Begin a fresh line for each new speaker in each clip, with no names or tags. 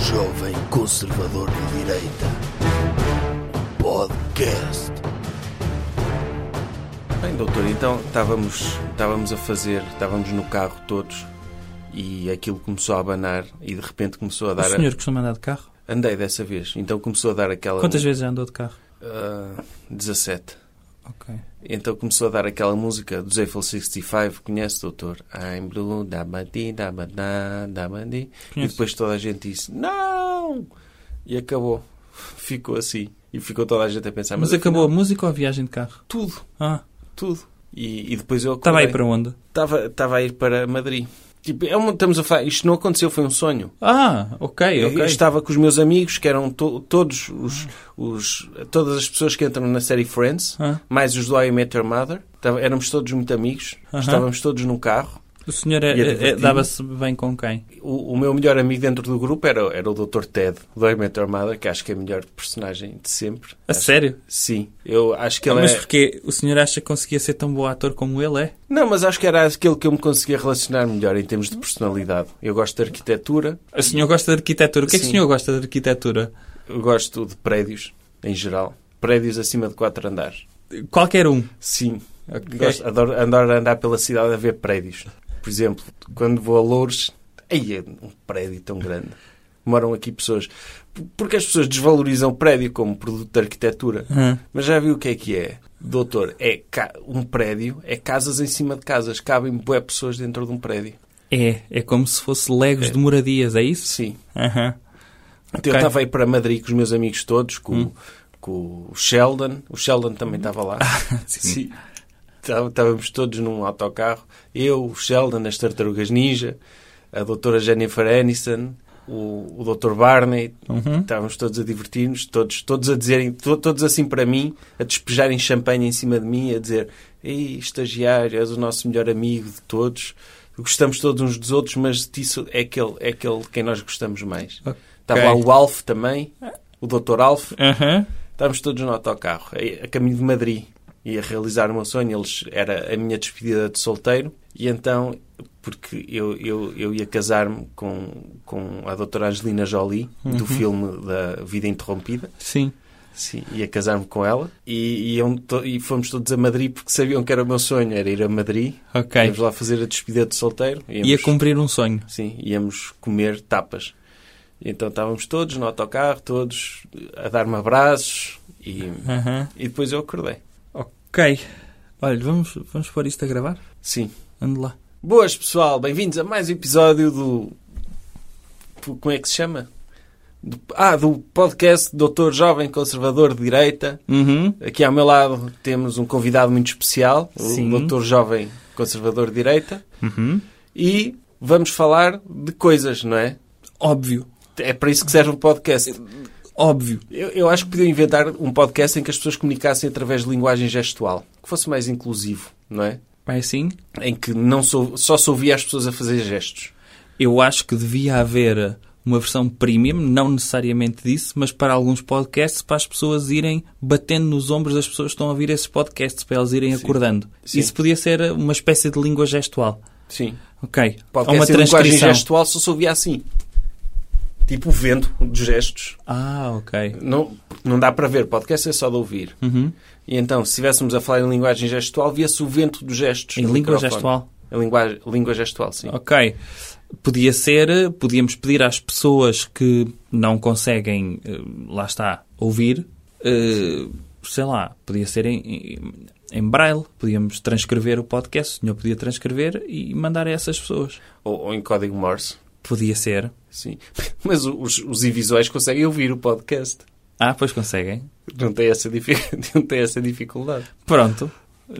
Jovem Conservador de Direita. Podcast.
Bem, doutor, então estávamos, estávamos a fazer, estávamos no carro todos e aquilo começou a abanar e de repente começou a
O
dar. a-
senhor costuma andar de carro?
Andei dessa vez, então começou a dar aquela.
Quantas vezes já andou de carro?
Ah, 17.
Ok.
Então começou a dar aquela música do Eiffel 65, conhece, doutor? I'm blue, da badi, da badá, da badi. E
Conheço.
depois toda a gente disse, não! E acabou. Ficou assim. E ficou toda a gente a pensar.
Mas acabou a música ou a viagem de carro?
tudo,
Ah,
tudo. E, e depois eu
estava aí
acordei.
para onde?
Estava, estava a ir para Madrid. Tipo, é uma- estamos a falar, isto não aconteceu, foi um sonho.
Ah, ok,
Eu, eu
ok.
estava com os meus amigos, que eram to- todos os, os- todas as pessoas que entram na série Friends,
Ah,
mais os do I Met Your Mother. Tava- éramos todos muito amigos,
Aham.
estávamos todos num carro.
o senhor
E é
é- é- é-
divertido.
dava-se bem com quem?
O, o meu melhor amigo dentro do grupo era, era o Dr. Ted, do I Met Your Mother, que acho que é o melhor personagem de sempre.
A
Acho-
sério?
Sim, eu acho que ele
Mas
é...
porquê? O senhor acha que conseguia ser tão bom ator como ele é?
Não, mas acho que era aquele que eu me conseguia relacionar melhor em termos de personalidade. Eu gosto de arquitetura,
O senhor gosta de arquitetura. O que é que o
Sim.
senhor gosta de arquitetura?
Eu gosto de prédios, em geral. Prédios acima de quatro andares.
Qualquer um.
Sim.
Ok.
Gosto, adoro, adoro andar pela cidade a ver prédios. Por exemplo, quando vou a Loures, aí é um prédio tão grande. Moram aqui pessoas. P- Porque as pessoas desvalorizam o prédio como produto de arquitetura.
Ah,
Mas já viu o que é que é? Doutor, é ca- um prédio, é casas em cima de casas. Cabem boé pessoas dentro de um prédio.
É, é como se fosse legos de moradias, é isso?
Sim.
Aham.
Então, Eu
Ok. Hum.
estava aí para Madrid com os meus amigos todos, com, com o Sheldon. O Sheldon também estava lá.
Ah,
Sim. Tá- Estávamos todos num autocarro. Eu, o Sheldon, as Tartarugas Ninja, a doutora Jennifer Aniston, o, o Dr. Barney.
Uhum.
Estávamos todos a divertir-nos, todos, todos a dizerem, to- todos assim para mim, a despejarem champanhe em cima de mim, a dizer: Ei, estagiário, és o nosso melhor amigo de todos. Gostamos todos uns dos outros, mas de ti só- é aquele, é aquele de quem nós gostamos mais.
Ok.
Estava lá o Alf também, o Dr. Alf.
Aham.
Estávamos todos no autocarro, a a caminho de Madrid. Ia realizar o meu sonho, eles, era a minha despedida de solteiro. E então, porque eu, eu, eu ia casar-me com, com a doutora Angelina Jolie, do filme da Vida Interrompida.
Sim.
Sim, ia casar-me com ela. E, iam to- e fomos todos a Madrid porque sabiam que era o meu sonho, era ir a Madrid.
Ok.
Íamos lá fazer a despedida de solteiro. Íamos-
Ia cumprir um sonho.
Sim, íamos comer tapas. Então estávamos todos no autocarro, todos a dar-me abraços e,
Aham.
e depois eu acordei.
Ok. Olha, vamos, vamos pôr isto a gravar?
Sim.
Ande lá.
Boas pessoal, bem-vindos a mais um episódio do. do- Como é que se chama? Do- Ah, do podcast Doutor Jovem Conservador de Direita.
Uhum.
Aqui ao meu lado temos um convidado muito especial,
Sim.
o Doutor Jovem Conservador de Direita. E vamos falar de coisas, não é?
Óbvio.
É para isso que serve um podcast.
Óbvio.
Eu, eu acho que podiam inventar um podcast em que as pessoas comunicassem através de linguagem gestual, que fosse mais inclusivo, não é?
Mas assim,
Em que não sou, só se ouvia as pessoas a fazer gestos.
eu acho que devia haver uma versão premium, não necessariamente disso, mas para alguns podcasts, para as pessoas irem batendo nos ombros das pessoas que estão a ouvir esses podcasts, para elas irem acordando.
Sim.
Isso podia ser uma espécie de língua gestual.
Sim.
Ok. Há
Podcast
uma
em linguagem
transcrição.
gestual só se ouvia assim. Tipo o vento dos gestos.
Ah, ok.
Não, não dá para ver, podcast é só de ouvir.
Uhum.
E então, se estivéssemos a falar em linguagem gestual, via-se o vento dos gestos.
Em
no
língua
microfone.
gestual.
Em linguagem, língua gestual, sim.
Ok. Podia ser, podíamos pedir às pessoas que não conseguem, eh, lá está, ouvir, eh, sei lá, podia ser em, em, em braille, podíamos transcrever o podcast, o senhor podia transcrever e mandar a essas pessoas.
Ou, ou em código Morse.
Podia ser.
Sim. Mas os, os invisuais conseguem ouvir o podcast.
Ah, pois conseguem.
Não tem essa, dific- não tem essa dificuldade.
Pronto.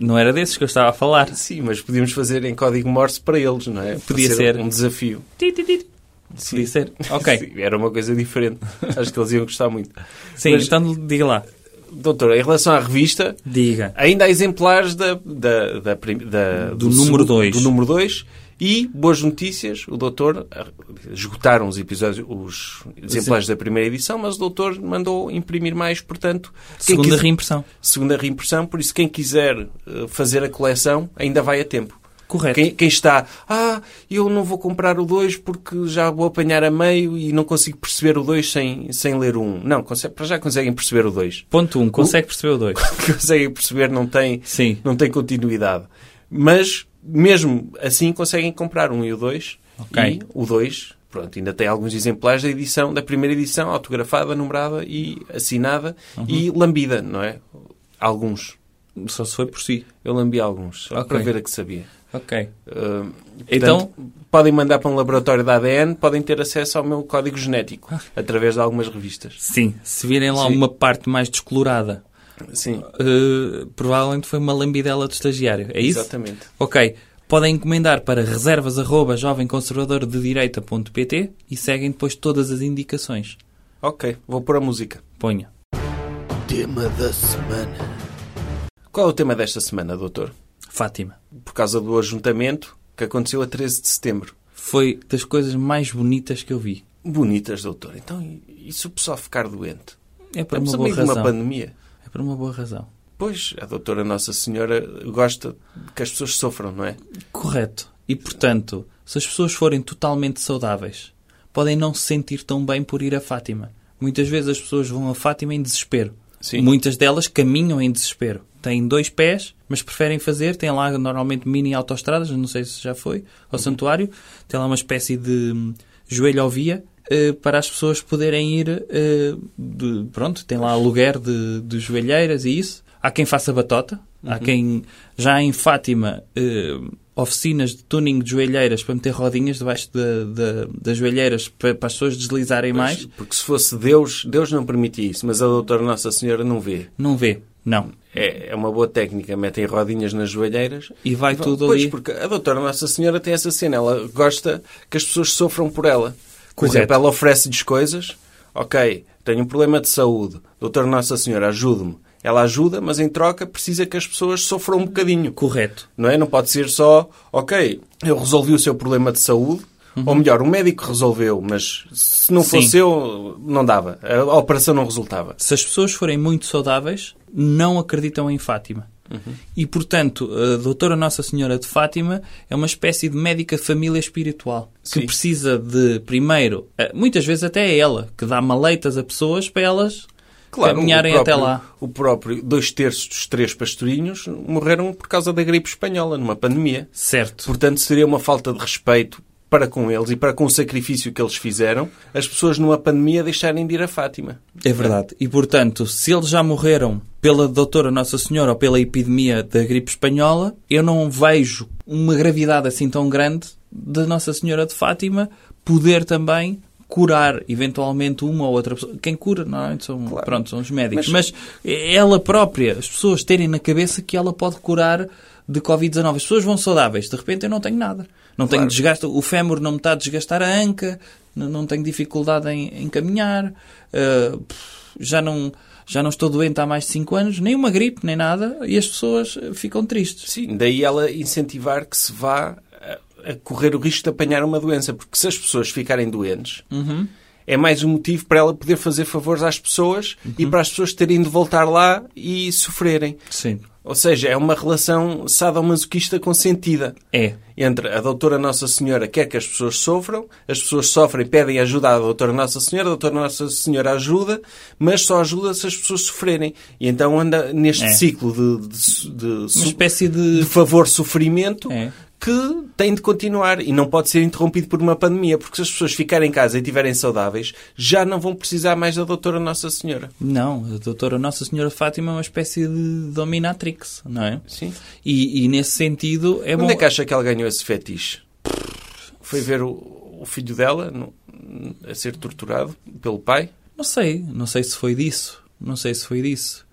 Não era desses que eu estava a falar.
Sim, mas podíamos fazer em código Morse para eles, não é?
Podia
Para
ser.
um desafio.
Ti, ti, ti.
Sim.
Podia ser. Ok.
Sim, era uma coisa diferente. Acho que eles iam gostar muito.
Sim,
Mas-
então diga lá.
Doutor, em relação à revista,
Diga.
ainda há exemplares da, da, da prim- da-
Do número
segundo-
dois.
Do número 2. E, boas notícias, o doutor ah, esgotaram os episódios, os exemplares da primeira edição, mas o doutor mandou imprimir mais, portanto... é quem
Segunda
quiser-
reimpressão.
segunda reimpressão, por isso quem quiser eh, fazer a coleção ainda vai a tempo.
Correto.
Quem, quem está, ah, eu não vou comprar o 2 porque já vou apanhar a meio e não consigo perceber o 2 sem, sem ler o 1. Um. Não, consegue, para já conseguem perceber o 2.
Ponto 1. Um, consegue perceber o 2.
conseguem perceber, não tem,
Sim.
não tem continuidade. Mas, mesmo assim, conseguem comprar um e o 2.
Ok.
E o 2, pronto, ainda tem alguns exemplares da edição, da primeira edição, autografada, numerada e assinada
Uhum.
e lambida, não é? Alguns.
Só se foi por si.
Eu lambi alguns, só
Ok.
para ver a que sabia.
Ok.
Ah, então,
Então-
podem mandar para um laboratório da ADN, podem ter acesso ao meu código genético,
Ah.
através de algumas revistas.
Sim. Se virem lá
Sim.
uma parte mais descolorada,
Sim,
eh, provavelmente foi uma lambidela do estagiário. É isso?
exatamente.
Ok. Podem encomendar para reservas.jovemconservadordedireita.pt e seguem depois todas as indicações.
Ok, vou pôr a música.
Ponha.
Tema da semana.
Qual é o tema desta semana, doutor?
Fátima.
Por causa do ajuntamento que aconteceu a 13 de setembro.
Foi das coisas mais bonitas que eu vi.
Bonitas, doutor. Então, e e se o pessoal ficar doente?
É por
Estamos
uma boa
amigos de uma
razão.
pandemia.
É por uma boa razão.
Pois, a doutora Nossa Senhora gosta que as pessoas sofram, não é?
Correto. E, portanto, se as pessoas forem totalmente saudáveis, podem não se sentir tão bem por ir a Fátima. Muitas vezes as pessoas vão a Fátima em desespero.
Sim.
Muitas delas caminham em desespero. Têm dois pés, mas preferem fazer. Tem lá normalmente mini autoestradas, não sei se já foi, ao santuário. Tem lá uma espécie de hum, joelho ao via eh, para as pessoas poderem ir. eh, de- pronto, tem lá aluguer de, de joelheiras e isso. Há quem faça batota. Há quem. Já em Fátima, eh, oficinas de tuning de joelheiras para meter rodinhas debaixo da- da- das joelheiras para, para as pessoas deslizarem mais.
Porque se fosse Deus, Deus não permitia isso, mas a doutora Nossa Senhora não vê.
Não vê. Não.
É, é uma boa técnica, metem rodinhas nas joelheiras
E vai
vão-
tudo
pois,
ali.
porque a doutora Nossa Senhora tem essa cena, ela gosta que as pessoas sofram por ela. Por
Correto.
exemplo, ela oferece-lhes coisas, ok, tenho um problema de saúde, doutora Nossa Senhora, ajude-me. Ela ajuda, mas em troca precisa que as pessoas sofram um bocadinho.
Correto.
Não é? Não pode ser só, ok, eu resolvi o seu problema de saúde, ou melhor, o médico resolveu, mas se não
Uhum. Sim.
fosse eu, não dava. A a operação não resultava.
Se as pessoas forem muito saudáveis, não acreditam em Fátima. E, portanto, a doutora Nossa Senhora de Fátima é uma espécie de médica família espiritual que
Sim.
precisa de, primeiro, eh, muitas vezes até é ela, que dá maleitas a pessoas para elas caminharem
o próprio-
até lá.
O próprio, dois terços dos três pastorinhos morreram por causa da gripe espanhola, numa pandemia.
Certo.
Portanto, seria uma falta de respeito para com eles e para com o sacrifício que eles fizeram, as pessoas numa pandemia deixarem de ir a Fátima.
É verdade. E, portanto, se eles já morreram pela doutora Nossa Senhora ou pela epidemia da gripe espanhola, eu não vejo uma gravidade assim tão grande da Nossa Senhora de Fátima poder também curar eventualmente uma ou outra pessoa. Quem cura, normalmente são, pronto, são os médicos. Mas, ela própria, as pessoas terem na cabeça que ela pode curar de Covid-19. As pessoas vão saudáveis. De repente eu não tenho nada. Não tenho desgaste. O fémur não me está a desgastar a anca. Não, não tenho dificuldade em, em caminhar. ah, já não, já não estou doente há mais de 5 anos, nem uma gripe, nem nada, e as pessoas eh, ficam tristes.
Sim, daí ela incentivar que se vá a, a correr o risco de apanhar uma doença, porque se as pessoas ficarem doentes,
Uhum.
é mais um motivo para ela poder fazer favores às pessoas e
Uhum.
para as pessoas terem de voltar lá e sofrerem.
Sim.
Ou seja, é uma relação sadomasoquista consentida.
É.
Entre a doutora Nossa Senhora quer que as pessoas sofram, as pessoas sofrem, pedem ajuda à doutora Nossa Senhora, a doutora Nossa Senhora ajuda, mas só ajuda se as pessoas sofrerem. E então anda neste
É.
ciclo de, de, de
Uma
su-
espécie
de
de.
favor-sofrimento
É.
que tem de continuar e não pode ser interrompido por uma pandemia, porque se as pessoas ficarem em casa e estiverem saudáveis, já não vão precisar mais da doutora Nossa Senhora.
Não, a doutora Nossa Senhora de Fátima é uma espécie de dominatrix, não é?
Sim.
E, e nesse sentido é bom.
Onde é que acha que ela ganhou esse fetiche? Foi ver o, o filho dela no- a ser torturado pelo pai?
Não sei, não sei se foi disso. Não sei se foi disso.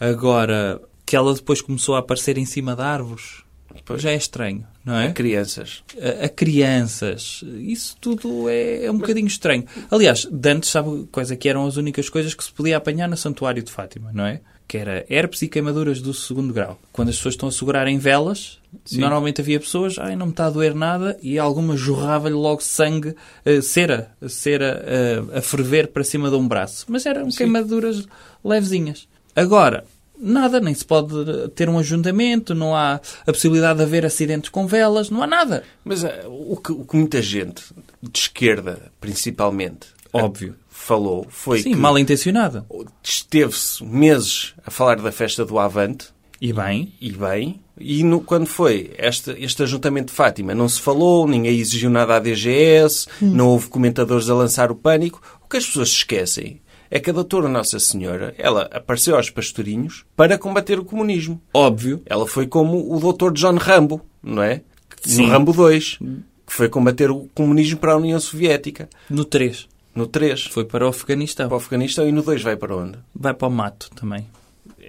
Agora, que ela depois começou a aparecer em cima de árvores,
Pois.
já é estranho, não é?
A crianças.
a, a crianças. Isso tudo é, é um bocadinho estranho. Aliás, Dantes sabe quais é que eram as únicas coisas que se podia apanhar no Santuário de Fátima, não é? Que era herpes e queimaduras do segundo grau. Quando as pessoas estão a segurar em velas, normalmente havia pessoas, ai, não me está a doer nada, e alguma jorrava-lhe logo sangue, eh, cera, cera eh, a ferver para cima de um braço. Mas eram queimaduras levezinhas. Agora, nada, nem se pode ter um ajuntamento, não há a possibilidade de haver acidentes com velas, não há nada.
Mas ah, o que, o que muita gente, de esquerda principalmente,
Óbvio.
ah, falou foi
Sim,
que
mal intencionada.
esteve-se meses a falar da festa do Avante,
E bem,
e bem, e no- quando foi este, este ajuntamento de Fátima, não se falou, ninguém exigiu nada à DGS, não houve comentadores a lançar o pânico. O que as pessoas se esquecem é que a doutora Nossa Senhora, ela apareceu aos pastorinhos para combater o comunismo.
óbvio,
Ela foi como o doutor John Rambo, não é?
Sim.
No Rambo 2, que foi combater o comunismo para a União Soviética.
no 3
No 3,
foi para o Afeganistão.
para o Afeganistão, e no 2 vai para onde?
Vai para o mato também.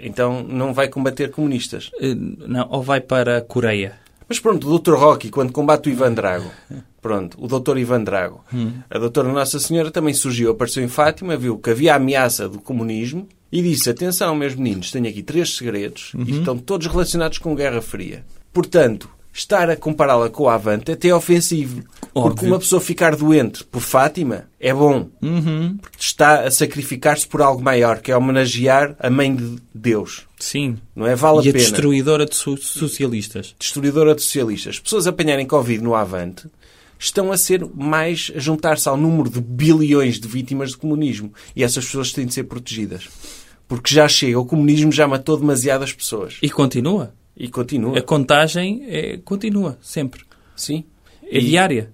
Então não vai combater comunistas.
Eh, Não, ou vai para a Coreia.
Mas pronto, o Dr. Rocky, quando combate o Ivan Drago, pronto, o Dr. Ivan Drago,
Hum.
a doutora Nossa Senhora também surgiu, apareceu em Fátima, viu que havia a ameaça do comunismo e disse, atenção, meus meninos, tenho aqui três segredos e
Uhum.
estão todos relacionados com Guerra Fria. Portanto, estar a compará-la com a Avante é até ofensivo. Porque
Óbvio.
uma pessoa ficar doente por Fátima é bom.
Uhum.
Porque está a sacrificar-se por algo maior, que é homenagear a Mãe de Deus.
Sim.
Não é? Vale
e
a
a
pena
destruidora de so- socialistas.
destruidora de socialistas, pessoas a apanharem Covid no Avante, estão a ser mais, a juntar-se ao número de bilhões de vítimas de comunismo. E essas pessoas têm de ser protegidas. Porque já chega, o comunismo já matou demasiadas pessoas.
E continua.
E continua.
A contagem é- continua, sempre.
Sim.
É diária.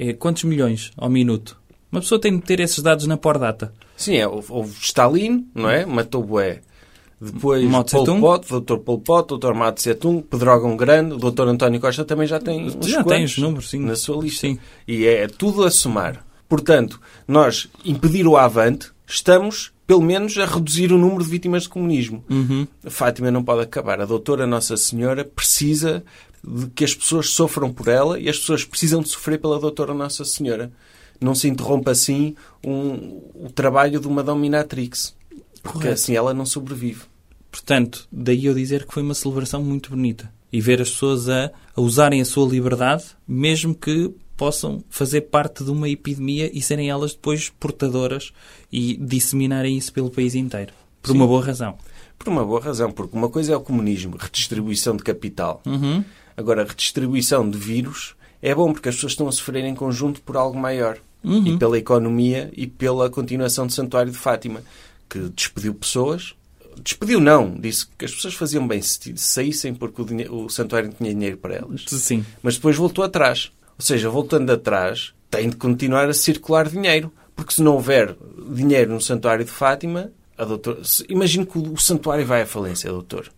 É quantos milhões ao minuto? Uma pessoa tem de ter esses dados na data
Sim, é, houve, houve Stalin, não é? Matou Bué. Depois
Mao Tse
Pol
Tung.
Pot, Dr. Pol Pot, Dr. Mao Tse Tung, Pedrógão Grande, o Dr. António Costa também já tem uns
Já tem
quantos
os números, sim.
na sua lista.
Sim.
E é tudo a somar. Portanto, nós impedir o avante, estamos pelo menos a reduzir o número de vítimas de comunismo. A Fátima não pode acabar. A doutora Nossa Senhora precisa de que as pessoas sofram por ela e as pessoas precisam de sofrer pela doutora Nossa Senhora. Não se interrompa assim um- o trabalho de uma dominatrix. Porque
Correto.
assim ela não sobrevive.
Portanto, daí eu dizer que foi uma celebração muito bonita. E ver as pessoas a, a usarem a sua liberdade, mesmo que possam fazer parte de uma epidemia e serem elas depois portadoras e disseminarem isso pelo país inteiro. Por uma boa razão.
Por uma boa razão, porque uma coisa é o comunismo, redistribuição de capital. Agora, redistribuição de vírus é bom porque as pessoas estão a sofrer em conjunto por algo maior. E pela economia e pela continuação do Santuário de Fátima, que despediu pessoas. Despediu não, disse que as pessoas faziam bem se saíssem porque o, dinhe- o santuário não tinha dinheiro para elas
Sim.
mas depois voltou atrás. Ou seja, voltando atrás, tem de continuar a circular dinheiro. Porque se não houver dinheiro no santuário de Fátima, a doutor... se- imagino que o o santuário vai à falência, doutor.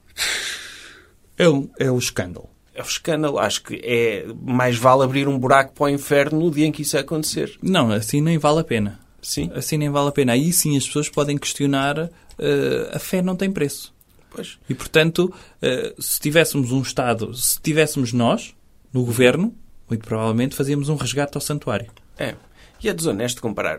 É um, é um escândalo.
É um escândalo. Acho que é mais vale abrir um buraco para o inferno no dia em que isso acontecer.
Não, assim nem vale a pena.
Sim.
Assim nem vale a pena. Aí sim as pessoas podem questionar eh, a fé não tem preço.
Pois.
E, portanto, eh, se tivéssemos um Estado, se tivéssemos nós, no governo, muito provavelmente fazíamos um resgate ao santuário.
É. E é desonesto comparar.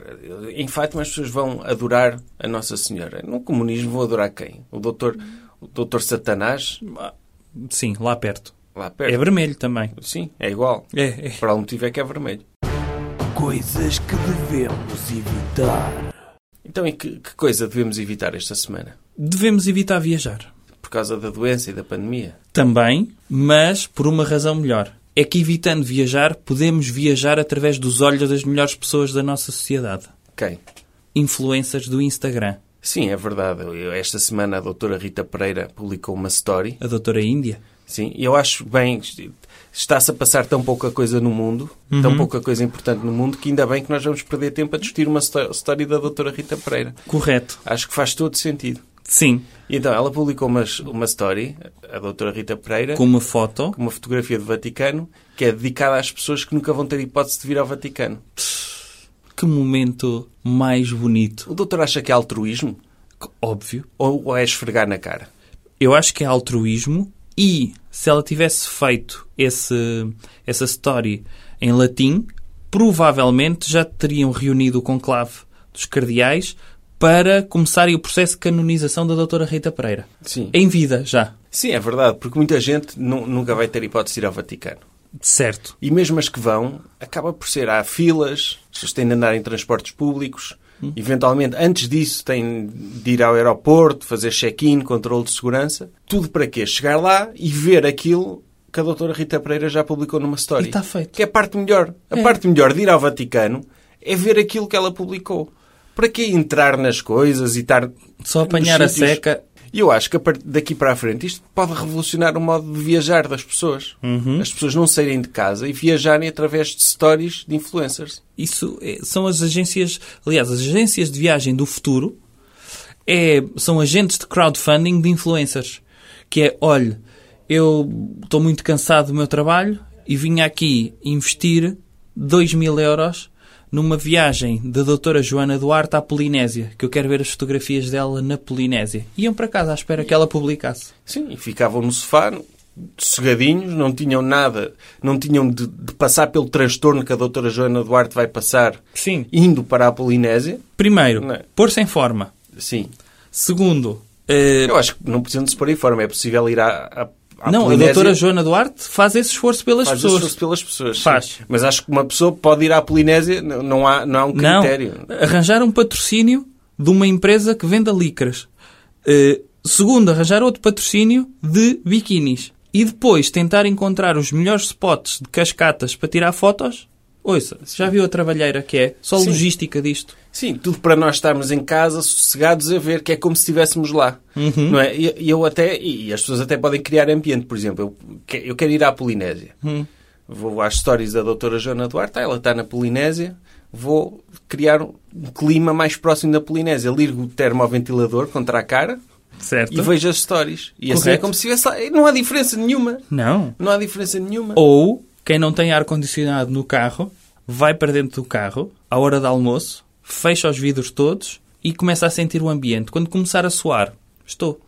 Em Fátima as pessoas vão adorar a Nossa Senhora. No comunismo vou adorar quem? O doutor, o doutor Satanás?
Ah, Sim, lá perto.
Lá
É
perto.
vermelho também.
Sim, é igual.
É, é.
Por algum motivo é que é vermelho.
Coisas que devemos evitar.
Então, e que, que coisa devemos evitar esta semana?
Devemos evitar viajar.
Por causa da doença e da pandemia?
Também, mas por uma razão melhor. É que evitando viajar, podemos viajar através dos olhos das melhores pessoas da nossa sociedade.
Quem?
Influencers do Instagram.
Sim, é verdade. Eu- esta semana a doutora Rita Pereira publicou uma story.
A doutora Índia.
Sim, e eu acho bem... Está-se a passar tão pouca coisa no mundo, tão pouca coisa importante no mundo, que ainda bem que nós vamos perder tempo a discutir uma sto- story da doutora Rita Pereira.
Correto.
Acho que faz todo sentido.
Sim.
E então, ela publicou uma, uma story, a doutora Rita Pereira,
Com uma foto.
com uma fotografia do Vaticano, que é dedicada às pessoas que nunca vão ter hipótese de vir ao Vaticano.
Que momento mais bonito.
O doutor acha que é altruísmo?
Óbvio.
ou, ou é esfregar na cara?
Eu acho que é altruísmo e se ela tivesse feito esse, essa story em latim, provavelmente já teriam reunido o conclave dos cardeais para começarem o processo de canonização da doutora Rita Pereira.
Sim.
Em vida, já.
Sim, é verdade, porque muita gente nu- nunca vai ter hipótese de ir ao Vaticano.
Certo.
E mesmo as que vão, acaba por ser. Há filas, as pessoas têm de andar em transportes públicos, Eventualmente, antes disso, tem de ir ao aeroporto, fazer check-in, controle de segurança. Tudo para quê? Chegar lá e ver aquilo que a doutora Rita Pereira já publicou numa história.
E está feito.
Que é a parte melhor. A parte melhor de ir ao Vaticano é ver aquilo que ela publicou. Para que entrar nas coisas e estar...
Só apanhar
nos
a
sítios?
seca.
E eu acho que a partir daqui para a frente isto pode revolucionar o modo de viajar das pessoas.
Uhum.
As pessoas não saírem de casa e viajarem através de stories de influencers.
Isso é- são as agências, aliás, as agências de viagem do futuro é- são agentes de crowdfunding de influencers. Que é, olha, eu estou muito cansado do meu trabalho e vim aqui investir 2 mil euros numa viagem da doutora Joana Duarte à Polinésia, que eu quero ver as fotografias dela na Polinésia. Iam para casa à espera que ela publicasse.
Sim, e ficavam no sofá, sossegadinhos, não tinham nada, não tinham de, de passar pelo transtorno que a doutora Joana Duarte vai passar
Sim.
indo para a Polinésia.
Primeiro,
Não é?
pôr-se em forma.
Sim.
Segundo, eh,
Eu acho que não precisam de se pôr em forma. É possível ir à, à, à
não, a
Polinésia
doutora Joana Duarte faz esse esforço pelas
faz
pessoas.
esforço pelas pessoas. sim.
Faz.
Mas acho que uma pessoa pode ir à Polinésia, não, não há, não há um
Não,
critério.
arranjar um patrocínio de uma empresa que venda licras. Eh, segundo, arranjar outro patrocínio de biquinis. E depois tentar encontrar os melhores spots de cascatas para tirar fotos. Ouça, já viu a trabalheira que é? Só a
Sim.
logística disto.
Sim, tudo para nós estarmos em casa, sossegados a ver, que é como se estivéssemos lá. Não é? E e eu até, e as pessoas até podem criar ambiente, por exemplo, eu, que- eu quero ir à Polinésia. Vou às stories da doutora Joana Duarte, ah, ela está na Polinésia, vou criar um clima mais próximo da Polinésia. Ligo o termoventilador contra a cara
Certo?
e vejo as stories. E assim é
Então? Correto.
como se estivesse lá. E Não há diferença nenhuma.
Não.
Não há diferença nenhuma.
Ou quem não tem ar-condicionado no carro vai para dentro do carro à hora do almoço, fecha os vidros todos e começa a sentir o ambiente. Quando começar a soar, estou.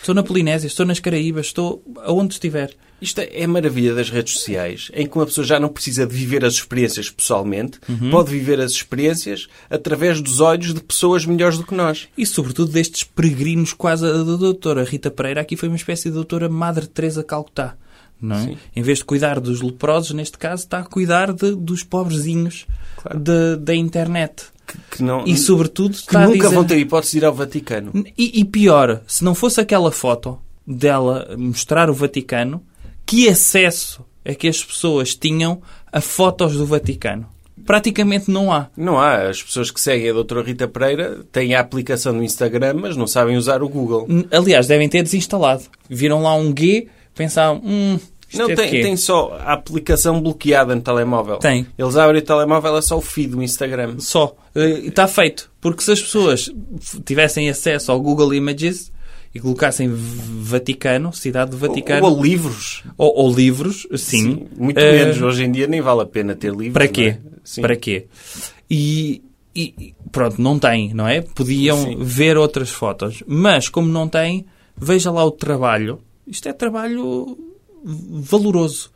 Estou na Polinésia, estou nas Caraíbas, estou aonde estiver.
Isto é a maravilha das redes sociais, em que uma pessoa já não precisa de viver as experiências pessoalmente,
Uhum.
pode viver as experiências através dos olhos de pessoas melhores do que nós.
E sobretudo destes peregrinos quase a da doutora Rita Pereira. Aqui foi uma espécie de doutora Madre Teresa Calcutá. Não é? Em vez de cuidar dos leprosos, neste caso, está a cuidar de- dos pobrezinhos da- da internet.
Que, não,
E sobretudo
que
está a
nunca
dizer... Hum.
vão ter hipótese de ir ao Vaticano.
E, e pior, se não fosse aquela foto dela mostrar o Vaticano, que acesso é que as pessoas tinham a fotos do Vaticano? Praticamente não há.
Não há. As pessoas que seguem a doutora Rita Pereira têm a aplicação do Instagram, mas não sabem usar o Google.
N- Aliás, devem ter desinstalado. Viram lá um G, pensaram, hum, isto
Não,
é de
tem,
quê?
tem só a aplicação bloqueada no telemóvel.
Tem.
Eles abrem o telemóvel, é só o feed do Instagram.
Só. Eh, Está feito. Porque se as pessoas f- tivessem acesso ao Google Images e colocassem V- Vaticano, cidade do Vaticano,
Ou,
ou,
ou livros.
ou livros, sim.
Muito
eh,
menos. é? Hoje em dia nem vale a pena ter livros.
Para
não
quê?
é? Sim.
Para quê? E, e- e pronto, não tem, não é? Podiam
Sim.
ver outras fotos. Mas como não tem, veja lá o trabalho. Isto é trabalho valoroso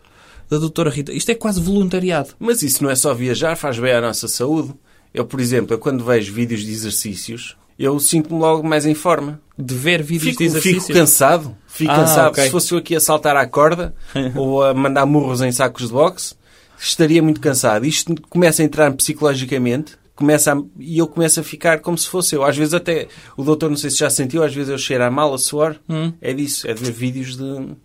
da doutora Rita. Isto é quase voluntariado.
Mas isso não é só viajar, faz bem à nossa saúde. Eu, por exemplo, eu quando vejo vídeos de exercícios, eu sinto-me logo mais em forma.
De ver vídeos
Fico,
de exercícios.
fico cansado. Fico
Ah,
cansado.
ok.
Se fosse eu aqui a saltar à corda ou a mandar murros em sacos de boxe, estaria muito cansado. Isto começa a entrar psicologicamente. Começa a- e eu começo a ficar como se fosse eu. Às vezes até, o doutor não sei se já sentiu, às vezes eu cheiro a mal, a suor. É disso, é de ver vídeos de,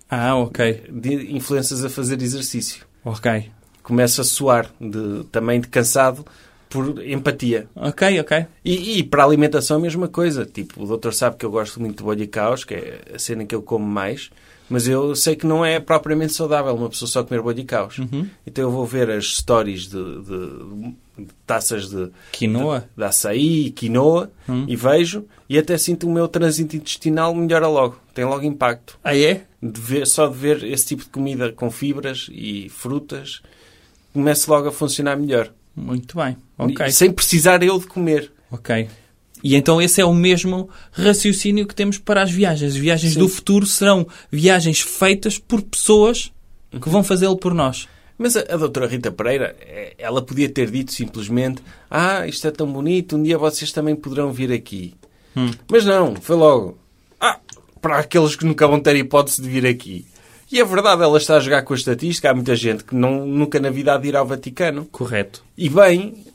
Ah, ok.
de influências a fazer exercício
Ok.
começa a suar de- também de cansado por empatia.
Ok, ok.
E, e para a alimentação a mesma coisa. Tipo, o doutor sabe que eu gosto muito de bolho e caos, que é a cena que eu como mais, mas eu sei que não é propriamente saudável uma pessoa só comer bolho e caos. Então eu vou ver as stories de, de- de taças de,
Quinoa.
de açaí e quinoa e vejo e até sinto o meu trânsito intestinal melhora logo. Tem logo impacto
Ah, é?
de ver- só de ver esse tipo de comida com fibras e frutas, começa logo a funcionar melhor.
Muito bem. Ok.
E Sem precisar eu de comer.
Ok. E então esse é o mesmo raciocínio que temos para as viagens. As viagens
Sim.
do futuro serão viagens feitas por pessoas
Uhum.
que vão fazê-lo por nós.
Mas a, a doutora Rita Pereira, eh, ela podia ter dito simplesmente Ah, isto é tão bonito, um dia vocês também poderão vir aqui.
Hum.
Mas não, foi logo Ah, para aqueles que nunca vão ter hipótese de vir aqui. E é verdade, ela está a jogar com a estatística. Há muita gente que não, nunca na vida há de ir ao Vaticano.
Correto.
E bem,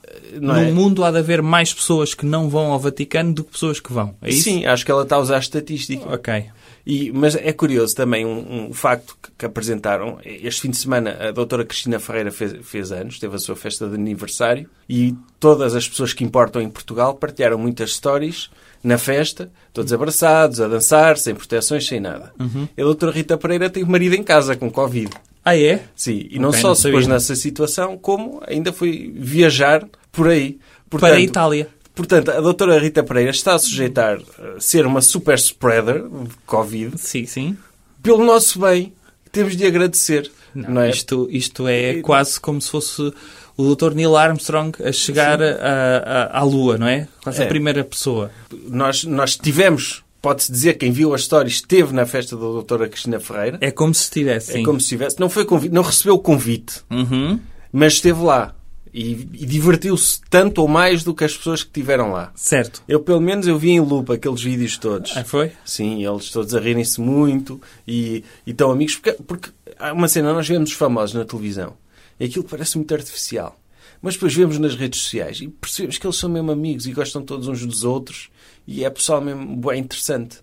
não
no
é?
mundo há de haver mais pessoas que não vão ao Vaticano do que pessoas que vão. É isso?
Sim, acho que ela está a usar a estatística.
Ok.
E- mas é curioso também um, um facto que, que apresentaram. Este fim de semana a doutora Cristina Ferreira fez, fez anos, teve a sua festa de aniversário e todas as pessoas que importam em Portugal partilharam muitas stories na festa, todos abraçados, a dançar, sem proteções, sem nada.
Uhum.
E a doutora Rita Pereira tem o marido em casa com Covid.
Ah, é?
Sim, e não
Ok,
só
não
se pôs
sabia.
nessa situação, como ainda foi viajar por aí.
Para a
Portanto,
Itália.
Portanto, a doutora Rita Pereira está a sujeitar a ser uma super spreader de Covid
Sim, sim.
pelo nosso bem. Temos de agradecer. Não,
Não,
é?
isto, isto é quase como se fosse o Dr. Neil Armstrong a chegar à- à- à Lua, não é? Quase
É.
a primeira pessoa.
Nós, nós tivemos, pode-se dizer, quem viu as história esteve na festa da doutora Cristina Ferreira.
É como se estivesse.
É,
sim.
como se tivesse. Não, foi convi- não recebeu o convite,
Uhum.
mas esteve lá. E, e divertiu-se tanto ou mais do que as pessoas que estiveram lá.
Certo.
Eu, pelo menos, eu vi em lupa aqueles vídeos todos.
Ah, foi?
Sim, eles todos a rirem-se muito e, e tão amigos. Porque, porque há uma cena, nós vemos os famosos na televisão e aquilo parece muito artificial. Mas depois vemos nas redes sociais e percebemos que eles são mesmo amigos e gostam todos uns dos outros e é pessoal mesmo bem interessante.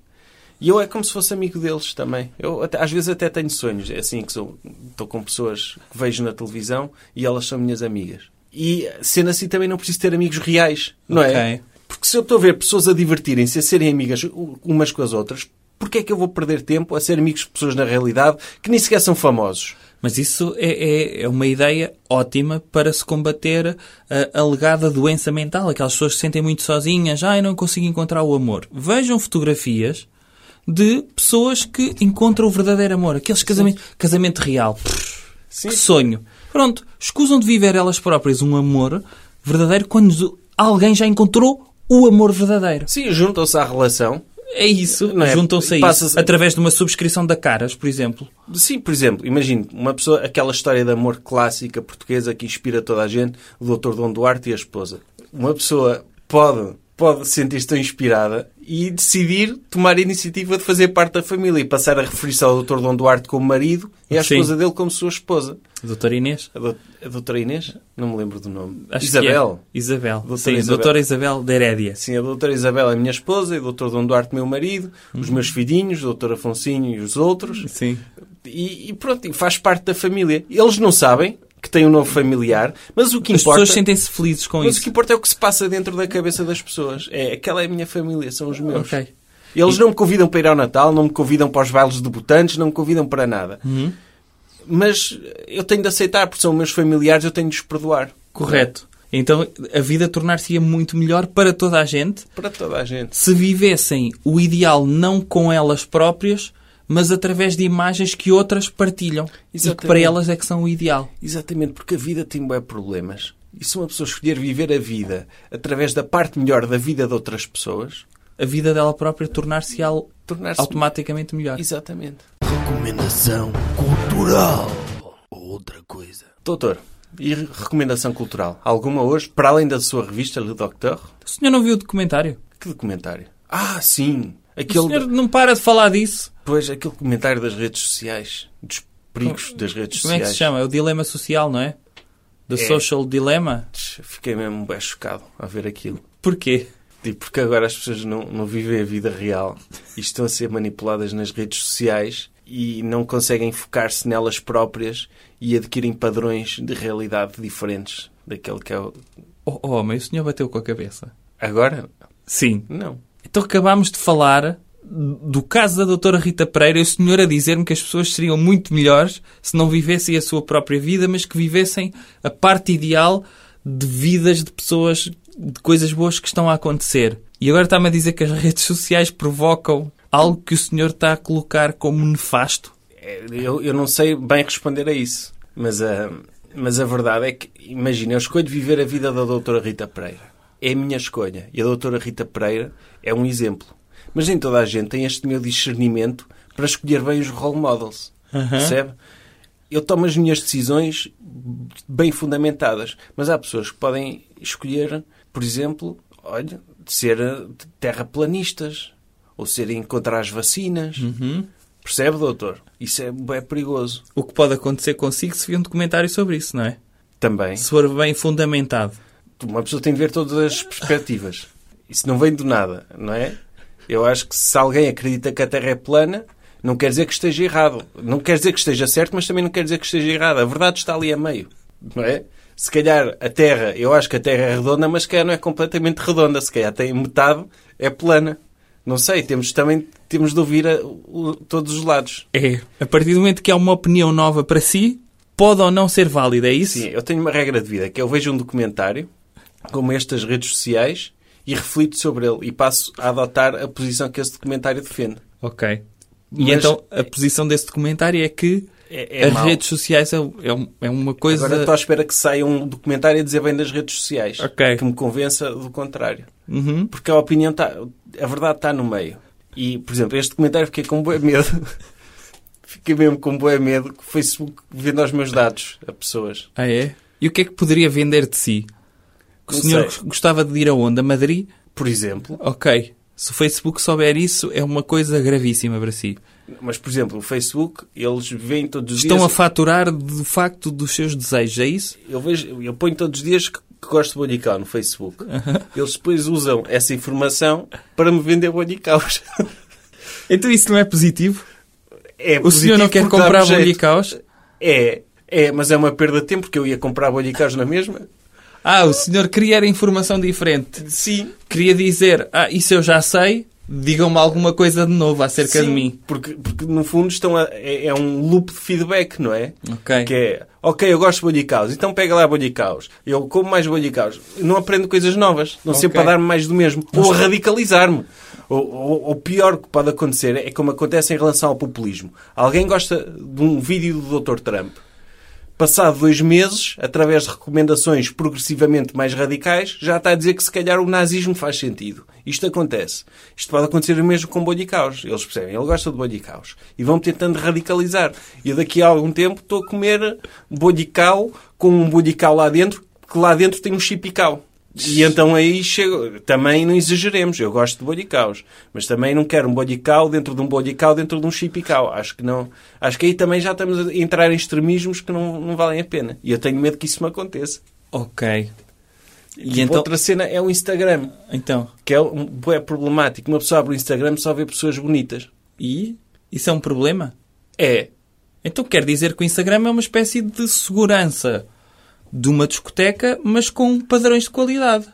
E eu é como se fosse amigo deles também. Eu até- às vezes até tenho sonhos, é assim que sou, estou com pessoas que vejo na televisão e elas são minhas amigas. E sendo assim também não preciso ter amigos reais, não é?
Ok.
Porque se eu estou a ver pessoas a divertirem-se, a serem amigas u- umas com as outras, porquê é que eu vou perder tempo a ser amigos de pessoas na realidade que nem sequer são famosos?
Mas isso é, é- é uma ideia ótima para se combater a alegada doença mental. Aquelas pessoas que se sentem muito sozinhas, ai, não consigo encontrar o amor. Vejam fotografias de pessoas que encontram o verdadeiro amor. Aqueles casamentos... Casamento real. Pff,
Sim.
Que sonho. Pronto. Escusam de viver elas próprias um amor verdadeiro quando alguém já encontrou o amor verdadeiro.
Sim, juntam-se à relação.
É isso.
Não é?
Juntam-se a isso.
Passa-se-
Através de uma subscrição da Caras, por exemplo.
Sim, por exemplo, imagino uma pessoa, aquela história de amor clássica portuguesa que inspira toda a gente, o Dr. Dom Duarte e a esposa. Uma pessoa pode, pode sentir-se tão inspirada e decidir tomar a iniciativa de fazer parte da família e passar a referir-se ao Dr. Dom Duarte como marido e à
Sim.
esposa dele como sua esposa.
Doutora Inês?
A dou- a doutora Inês? Não me lembro do nome.
Acho que
Isabel?
é. Isabel.
Doutora
Sim,
Isabel.
doutora Isabel de Herédia.
Sim, a doutora Isabel é minha esposa e o Dr. Dom Duarte meu marido,
Uhum.
os meus filhinhos, o doutor Afonsinho e os outros.
Sim.
E, e pronto, e faz parte da família. Eles não sabem que têm um novo familiar, mas o que
As
importa.
pessoas sentem-se felizes com
Mas o
isso.
que importa é o que se passa dentro da cabeça das pessoas. É aquela é a minha família, são os meus.
Ok.
Eles não me convidam para ir ao Natal, não me convidam para os bailes de butantes, não me convidam para nada.
Uhum.
Mas eu tenho de aceitar, porque são meus familiares, eu tenho de os perdoar.
Correto. Então a vida tornar-se-ia muito melhor para toda a gente
Para toda a gente.
se vivessem o ideal não com elas próprias, mas através de imagens que outras partilham. E
Exatamente.
que para elas é que são o ideal.
Exatamente, porque a vida tem bué problemas. E se uma pessoa escolher viver a vida através da parte melhor da vida de outras pessoas,
A vida dela própria tornar-se al-
tornar-se...
automaticamente melhor.
Exatamente.
Recomendação cultural. Outra coisa.
Doutor, e re- recomendação cultural? Alguma hoje, para além da sua revista Le Docteur?
O senhor não viu o documentário?
Que documentário? Ah, sim!
O senhor
Aquele,
não para de falar disso.
pois, aquele comentário das redes sociais, dos perigos das redes
Como é
sociais.
que se chama? É o dilema social, não é? The Social Dilemma?
Fiquei mesmo bem chocado a ver aquilo.
Porquê?
E porque agora as pessoas não, não vivem a vida real e estão a ser manipuladas nas redes sociais e não conseguem focar-se nelas próprias e adquirem padrões de realidade diferentes daquele que é o...
Oh, oh, mas o senhor bateu com a cabeça.
Agora?
Sim.
Não.
Então acabámos de falar do caso da doutora Rita Pereira e o senhor a dizer-me que as pessoas seriam muito melhores se não vivessem a sua própria vida, mas que vivessem a parte ideal de vidas de pessoas, de coisas boas que estão a acontecer. E agora está-me a dizer que as redes sociais provocam algo que o senhor está a colocar como nefasto.
É, Eu, eu não sei bem responder a isso, mas a, mas a verdade é que, imagina, eu escolho viver a vida da doutora Rita Pereira. É a minha escolha. E a doutora Rita Pereira é um exemplo. Mas nem toda a gente tem este meu discernimento para escolher bem os role models. Percebe? Eu tomo as minhas decisões bem fundamentadas, mas há pessoas que podem escolher, por exemplo, olha, ser eh, terraplanistas ou serem contra as vacinas. Percebe, doutor? Isso é, bué perigoso.
O que pode acontecer consigo se vir um documentário sobre isso, não é?
Também.
Se for bem fundamentado.
uma pessoa tem de ver todas as perspectivas. Isso não vem do nada, não é? Eu acho que se alguém acredita que a Terra é plana, não quer dizer que esteja errado. Não quer dizer que esteja certo, mas também não quer dizer que esteja errado. A verdade está ali a meio, não é? Se calhar a Terra, eu acho que a Terra é redonda, mas se calhar não é completamente redonda. Se calhar tem metade, é plana. Não sei, temos também temos de ouvir a- o- todos os lados.
É, a partir do momento que há uma opinião nova para si, pode ou não ser válida, é isso?
Sim, eu tenho uma regra de vida, que eu vejo um documentário, como estas redes sociais, e reflito sobre ele. E passo a adotar a posição que esse documentário defende.
Ok.
Mas-
E então a posição desse documentário é que
É, é
as
mau.
redes sociais é, um- é um- é uma coisa.
Agora estou à espera que saia um documentário a dizer bem das redes sociais.
Ok.
Que me convença do contrário.
Uhum.
Porque a opinião está... A verdade está no meio. E, por exemplo, este documentário fiquei com bué medo. fiquei mesmo com bué medo que o Facebook venda os meus dados a pessoas.
Ah, é? E o que é que poderia vender de si? Que o
Não
senhor
sei.
gostava de ir aonde? A Madrid?
Por exemplo,
Ok. Se o Facebook souber isso, é uma coisa gravíssima para si.
mas por exemplo, o Facebook, eles veem todos os
Estão a
dias.
faturar de facto dos seus desejos, é isso?
eu vejo, eu ponho todos os dias que, que gosto de Bondical no Facebook. Eles depois usam essa informação para me vender Bondicaus.
Então isso não é positivo?
É
O senhor não quer
um
comprar Bondicaus?
É, é, mas é uma perda de tempo porque eu ia comprar Bondicaus na mesma.
Ah, o senhor queria era informação diferente.
Sim.
Queria dizer, ah, isso eu já sei, digam-me alguma coisa de novo acerca de
sim,
mim.
Porque, porque no fundo estão a- é, é um loop de feedback, não é?
Ok.
Que é, ok, eu gosto de Bondicaus, então pega lá Bondicaus. Eu como mais Bondicaus. Não aprendo coisas novas. Não
Ok.
sempre a dar-me mais do mesmo. Ou a radicalizar-me. Ou- ou- O pior que pode acontecer é como acontece em relação ao populismo. Alguém gosta de um vídeo do Dr. Trump. Passado dois meses, através de recomendações progressivamente mais radicais, já está a dizer que se calhar o nazismo faz sentido. Isto acontece. Isto pode acontecer o mesmo com Bondicaus. Eles percebem, ele gosta de Bondicaus. E vão tentando radicalizar. E eu daqui a algum tempo estou a comer Bondical com um Bondical lá dentro, que lá dentro tem um chipical. E então aí chego. Também não exageremos. Eu gosto de bodicaus. Mas também não quero um bodical dentro de um bodical dentro de um chipical. Acho que não. Acho que aí também já estamos a entrar em extremismos que não, não valem a pena. E eu tenho medo que isso me aconteça.
Ok. E
Tipo,
então,
Outra cena é o Instagram,
então,
que é, um, é problemático. Uma pessoa abre o Instagram só vê pessoas bonitas.
e isso é um problema?
É.
Então quer dizer que o Instagram é uma espécie de segurança de uma discoteca, mas com padrões de qualidade.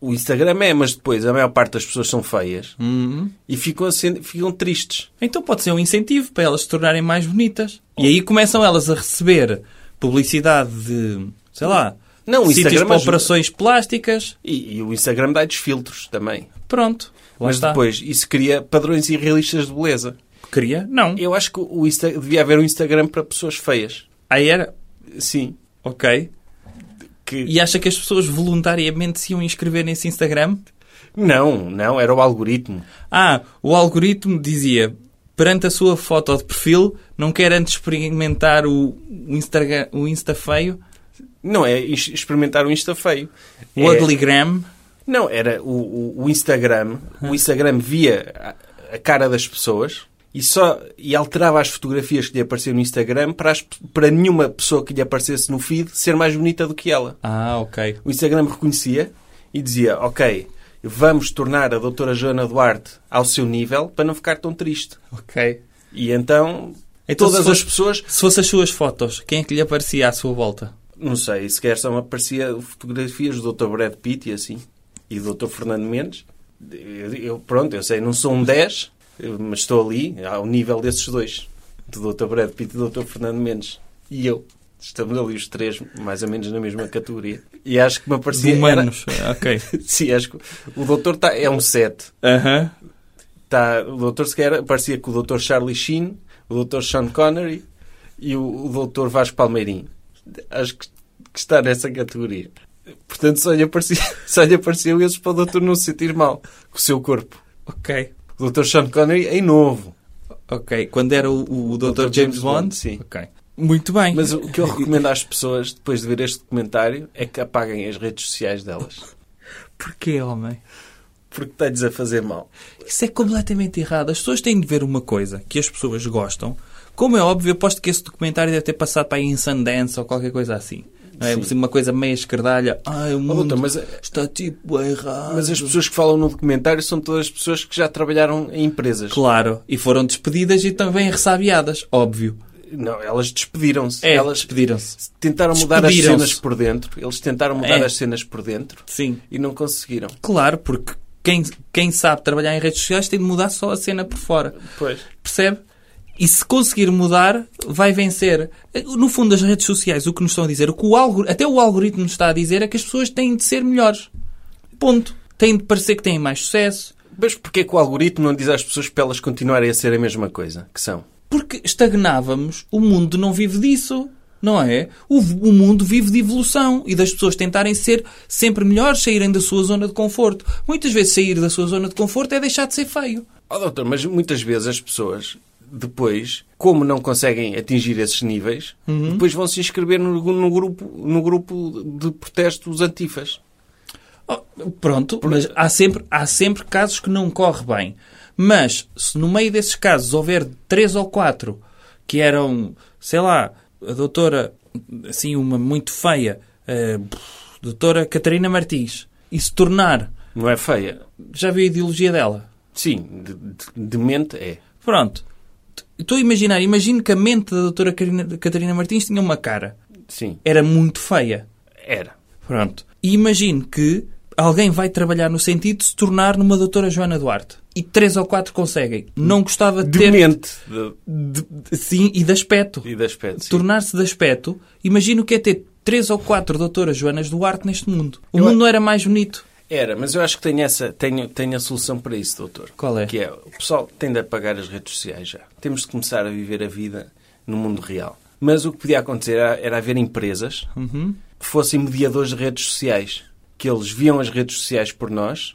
O Instagram é, mas depois a maior parte das pessoas são feias
Uhum.
e ficam, assim- ficam tristes.
Então pode ser um incentivo para elas se tornarem mais bonitas.
Oh.
E aí começam elas a receber publicidade de, sei lá,
Não, o
sítios
Instagram
para
ajuda.
operações plásticas.
E, e o Instagram dá-lhes filtros também.
Pronto. Lá
mas
está.
depois isso cria padrões irrealistas de beleza.
Queria? Não.
Eu acho que o Insta- devia haver um Instagram para pessoas feias.
Aí era.
Sim.
Ok.
Que...
E acha que as pessoas voluntariamente se iam inscrever nesse Instagram? é-
Não, não, era o algoritmo.
Ah, o algoritmo dizia perante a sua foto de perfil, não quer antes experimentar o, o, Instagram, o Insta feio,
Não é is- experimentar o Insta feio.
o
É-
uglygram.
Não, era o, o- o Instagram. O Instagram via a, a cara das pessoas e só e alterava as fotografias que lhe apareciam no Instagram para, as- para nenhuma pessoa que lhe aparecesse no feed ser mais bonita do que ela.
Ah, ok.
O Instagram reconhecia e dizia: Ok, vamos tornar a Doutora Joana Duarte ao seu nível para não ficar tão triste.
Ok.
E então,
Então,
todas
se
as
for-
pessoas,
Se fossem as suas fotos, quem é que lhe aparecia à sua volta?
não sei, sequer são aparecia fotografias do Dr. Brad Pitt e assim, e do Dr. Fernando Mendes. Eu, eu- pronto, eu sei, não sou um 10, mas estou ali ao nível desses dois, do Dr. Brad Pitt e do Dr. Fernando Mendes. E eu. Estamos ali os três, mais ou menos na mesma categoria. E acho que me
De
aparecia... era-
humanos. Ok.
Sim, acho que o doutor tá, é um 7.
Aham.
Tá, o doutor sequer parecia com o doutor Charlie Sheen, o doutor Sean Connery e o, o doutor Vasco Palmeirim. Acho que, que está nessa categoria. Portanto, só lhe, aparecia, só lhe apareciam esses para o doutor não se sentir mal com o seu corpo.
Ok.
O doutor Sean Connery em novo.
Ok. Quando era o, o Dr. James, Bond?
sim.
Ok. Muito bem.
Mas o que eu recomendo às pessoas, depois de ver este documentário, é que apaguem as redes sociais delas.
Porquê, homem?
Porque está-lhes a fazer mal.
Isso é completamente errado. As pessoas têm de ver uma coisa que as pessoas gostam. Como é óbvio, aposto que esse documentário deve ter passado para aí em Sundance ou qualquer coisa assim. não é? Uma coisa meia escardalha. Ai, o mundo
Outra, Oh, mas-
está tipo errado.
Mas as pessoas que falam no documentário são todas as pessoas que já trabalharam em empresas.
Claro. E foram despedidas e também ressabiadas, óbvio.
Não, elas despediram-se.
É,
elas
despediram-se.
tentaram mudar as
Despediram-se.
cenas por dentro. Eles tentaram mudar
É.
as cenas por dentro
Sim.
e não conseguiram.
Claro, porque quem, quem sabe trabalhar em redes sociais tem de mudar só a cena por fora.
Pois.
Percebe? E se conseguir mudar, vai vencer. No fundo, as redes sociais, o que nos estão a dizer, o que o algor- até o algoritmo nos está a dizer é que as pessoas têm de ser melhores. Ponto. Têm de parecer que têm mais sucesso.
Mas porquê que o algoritmo não diz às pessoas para elas continuarem a ser a mesma coisa que são?
Porque estagnávamos, o mundo não vive disso, não é? O, o mundo vive de evolução e das pessoas tentarem ser sempre melhores, saírem da sua zona de conforto. Muitas vezes sair da sua zona de conforto é deixar de ser feio.
Oh, doutor, mas muitas vezes as pessoas, depois, como não conseguem atingir esses níveis,
Uhum.
depois vão se inscrever no, no grupo, no grupo de protesto dos antifas.
Oh, pronto, mas há sempre, há sempre casos que não corre bem. Mas se no meio desses casos houver três ou quatro que eram, sei lá, a doutora, assim, uma muito feia, eh, doutora Catarina Martins, e se tornar,
Não é feia?
já viu a ideologia dela?
Sim, de, de- de mente é.
Pronto. T- Estou a imaginar, imagino que a mente da doutora Carina- Catarina Martins tinha uma cara.
Sim,
Era muito feia.
era.
Pronto. E imagino que alguém vai trabalhar no sentido de se tornar numa doutora Joana Duarte. E três ou quatro conseguem. Não gostava de
De
ter...
mente de-
de- de- sim, e de aspecto.
e de aspecto. sim.
Tornar-se de aspecto. Imagino que é ter três ou quatro doutoras Joanas Duarte neste mundo. O
Eu
mundo
a-
não era mais bonito.
Era, mas eu acho que tenho, essa, tenho, tenho a solução para isso, doutor.
Qual é?
Que é, o pessoal tem de apagar as redes sociais já. Temos de começar a viver a vida no mundo real. Mas o que podia acontecer era, era haver empresas
Uhum.
que fossem mediadores de redes sociais. Que eles viam as redes sociais por nós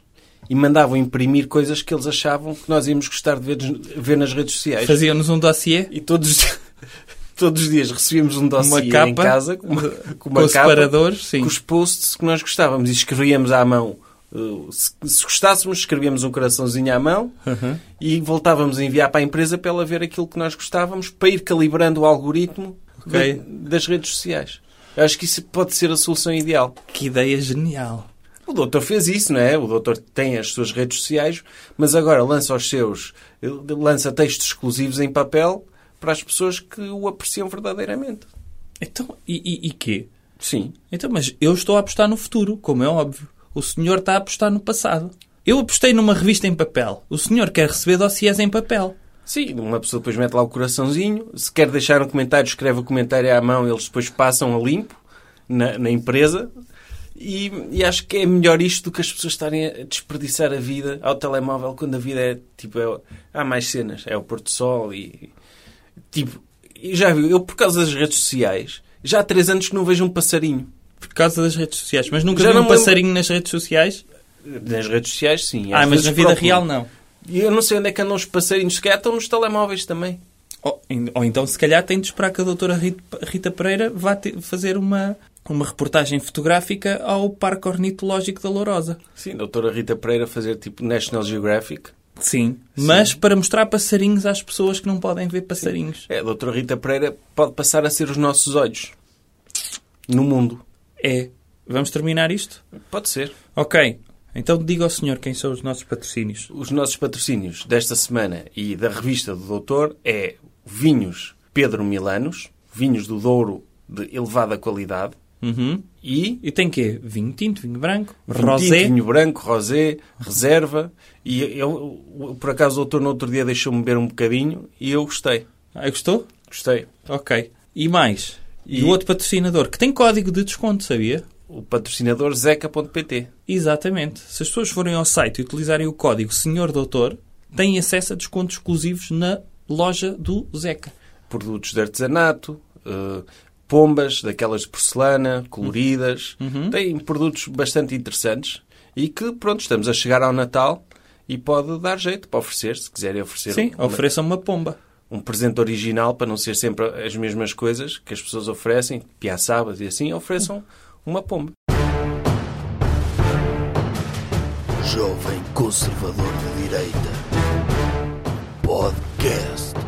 e mandavam imprimir coisas que eles achavam que nós íamos gostar de ver, ver nas redes sociais.
Faziam-nos um dossiê.
E todos, os- todos os dias recebíamos um dossiê
capa,
em casa com uma, com uma
com
capa,
separadores, sim.
com os posts que nós gostávamos e escrevíamos à mão. uh, Se, se gostássemos, escrevíamos um coraçãozinho à mão
Uhum.
e voltávamos a enviar para a empresa para ela ver aquilo que nós gostávamos para ir calibrando o algoritmo
Ok.
da- das redes sociais. Eu acho que isso pode ser a solução ideal.
Que ideia genial.
O doutor fez isso, não é? O doutor tem as suas redes sociais, mas agora lança os seus, lança textos exclusivos em papel para as pessoas que o apreciam verdadeiramente.
Então, e, e, e quê?
Sim.
Então, mas eu estou a apostar no futuro, como é óbvio. O senhor está a apostar no passado. Eu apostei numa revista em papel. O senhor quer receber dossiês em papel.
Sim, uma pessoa depois mete lá o coraçãozinho, se quer deixar um comentário, escreve o comentário à mão, eles depois passam a limpo na, na empresa. E, e acho que é melhor isto do que as pessoas estarem a desperdiçar a vida ao telemóvel quando a vida é tipo. É, o- há mais cenas, é o pôr-do-sol e. Tipo, e já viu, eu por causa das redes sociais, já há três anos que não vejo um passarinho.
Por causa das redes sociais. Mas nunca
Já
vi
não
um
me lembro-
passarinho nas redes sociais?
Nas redes sociais, sim.
ah,
às
mas
vezes
na vida
procuro.
real não.
E eu não sei onde é que andam os passarinhos, se calhar estão nos telemóveis também.
Ou, en- ou então, se calhar, tem de esperar que a doutora Rit- Rita Pereira vá te- fazer uma, uma reportagem fotográfica ao Parque Ornitológico da Lourosa.
Sim, a doutora Rita Pereira fazer tipo National Geographic.
Sim. Mas para mostrar passarinhos às pessoas que não podem ver passarinhos.
É, a doutora Rita Pereira pode passar a ser os nossos olhos no mundo.
É. Vamos terminar isto?
Pode ser.
Ok. Então diga ao senhor quem são os nossos patrocínios.
Os nossos patrocínios desta semana e da revista do doutor é Vinhos Pedro Milanos, Vinhos do Douro de elevada qualidade
Uhum.
e
E tem quê? Vinho tinto, vinho branco,
vinho
rosé.
tinto, vinho branco, rosé, reserva. E eu, por acaso, o doutor no outro dia deixou-me beber um bocadinho e eu gostei.
Ah, gostou?
Gostei.
Ok. E mais? E, o outro patrocinador, que tem código de desconto, sabia?
O patrocinador zeca.pt.
Exatamente. Se as pessoas forem ao site e utilizarem o código Senhor Doutor, têm acesso a descontos exclusivos na loja do Zeca.
produtos de artesanato, eh, pombas daquelas de porcelana, coloridas. Tem produtos bastante interessantes e que, pronto, estamos a chegar ao Natal e pode dar jeito para oferecer, se quiserem oferecer um,
Sim,
uma-
ofereçam uma pomba.
um presente original para não ser sempre as mesmas coisas que as pessoas oferecem, piaçabas e assim, ofereçam uma pomba.
Jovem Conservador de Direita. Podcast.